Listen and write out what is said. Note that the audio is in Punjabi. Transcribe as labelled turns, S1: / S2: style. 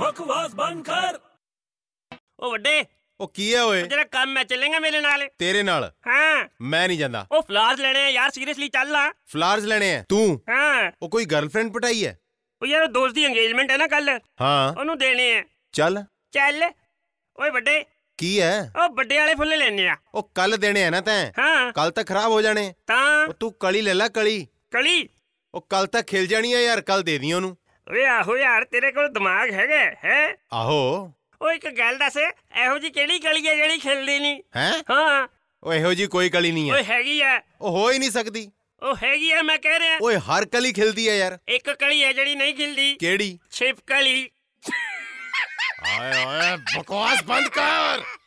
S1: ਬਕਵਾਸ ਬੰਦ ਕਰ
S2: ਉਹ ਵੱਡੇ
S3: ਉਹ ਕੀ ਹੈ ਓਏ
S2: ਜਿਹੜਾ ਕੰਮ ਹੈ ਚੱਲੇਗਾ ਮੇਰੇ ਨਾਲ
S3: ਤੇਰੇ ਨਾਲ
S2: ਹਾਂ
S3: ਮੈਂ ਨਹੀਂ ਜਾਂਦਾ
S2: ਉਹ ਫਲਾਸ ਲੈਣੇ ਆ ਯਾਰ ਸੀਰੀਅਸਲੀ ਚੱਲ ਆ
S3: ਫਲਾਰਸ ਲੈਣੇ ਆ ਤੂੰ
S2: ਹਾਂ
S3: ਉਹ ਕੋਈ ਗਰਲਫ੍ਰੈਂਡ ਪਟਾਈ ਹੈ
S2: ਉਹ ਯਾਰ ਦੋਸਤ ਦੀ ਇੰਗੇਜਮੈਂਟ ਹੈ ਨਾ ਕੱਲ
S3: ਹਾਂ
S2: ਉਹਨੂੰ ਦੇਣੇ ਆ
S3: ਚੱਲ
S2: ਚੱਲ ਓਏ ਵੱਡੇ
S3: ਕੀ ਹੈ
S2: ਉਹ ਵੱਡੇ ਵਾਲੇ ਫੁੱਲ ਲੈਣੇ ਆ
S3: ਉਹ ਕੱਲ ਦੇਣੇ ਆ ਨਾ ਤੈਂ
S2: ਹਾਂ
S3: ਕੱਲ ਤਾਂ ਖਰਾਬ ਹੋ ਜਾਣੇ
S2: ਤਾਂ
S3: ਉਹ ਤੂੰ ਕਲੀ ਲੈ ਲੈ ਕਲੀ
S2: ਕਲੀ
S3: ਉਹ ਕੱਲ ਤਾਂ ਖਿਲ ਜਾਣੀ ਆ ਯਾਰ ਕੱਲ ਦੇ ਦੀ ਉਹਨੂੰ
S2: ਓਏ ਆਹੋ ਯਾਰ ਤੇਰੇ ਕੋਲ ਦਿਮਾਗ ਹੈਗਾ ਹੈ
S3: ਆਹੋ
S2: ਓਏ ਇੱਕ ਗੱਲ ਦੱਸ ਇਹੋ ਜੀ ਕਿਹੜੀ ਕਲੀ ਹੈ ਜਿਹੜੀ ਖਿਲਦੀ ਨਹੀਂ
S3: ਹੈ
S2: ਹਾਂ
S3: ਉਹ ਇਹੋ ਜੀ ਕੋਈ ਕਲੀ ਨਹੀਂ
S2: ਓਏ
S3: ਹੈ
S2: ਹੈਗੀ ਆ
S3: ਉਹ ਹੋ ਹੀ ਨਹੀਂ ਸਕਦੀ
S2: ਉਹ ਹੈਗੀ ਆ ਮੈਂ ਕਹਿ ਰਿਹਾ
S3: ਓਏ ਹਰ ਕਲੀ ਖਿਲਦੀ ਹੈ ਯਾਰ
S2: ਇੱਕ ਕਲੀ ਹੈ ਜਿਹੜੀ ਨਹੀਂ ਖਿਲਦੀ
S3: ਕਿਹੜੀ
S2: ਛਿਪ ਕਲੀ
S3: ਆਏ ਆਏ ਬਕਵਾਸ ਬੰਦ ਕਰ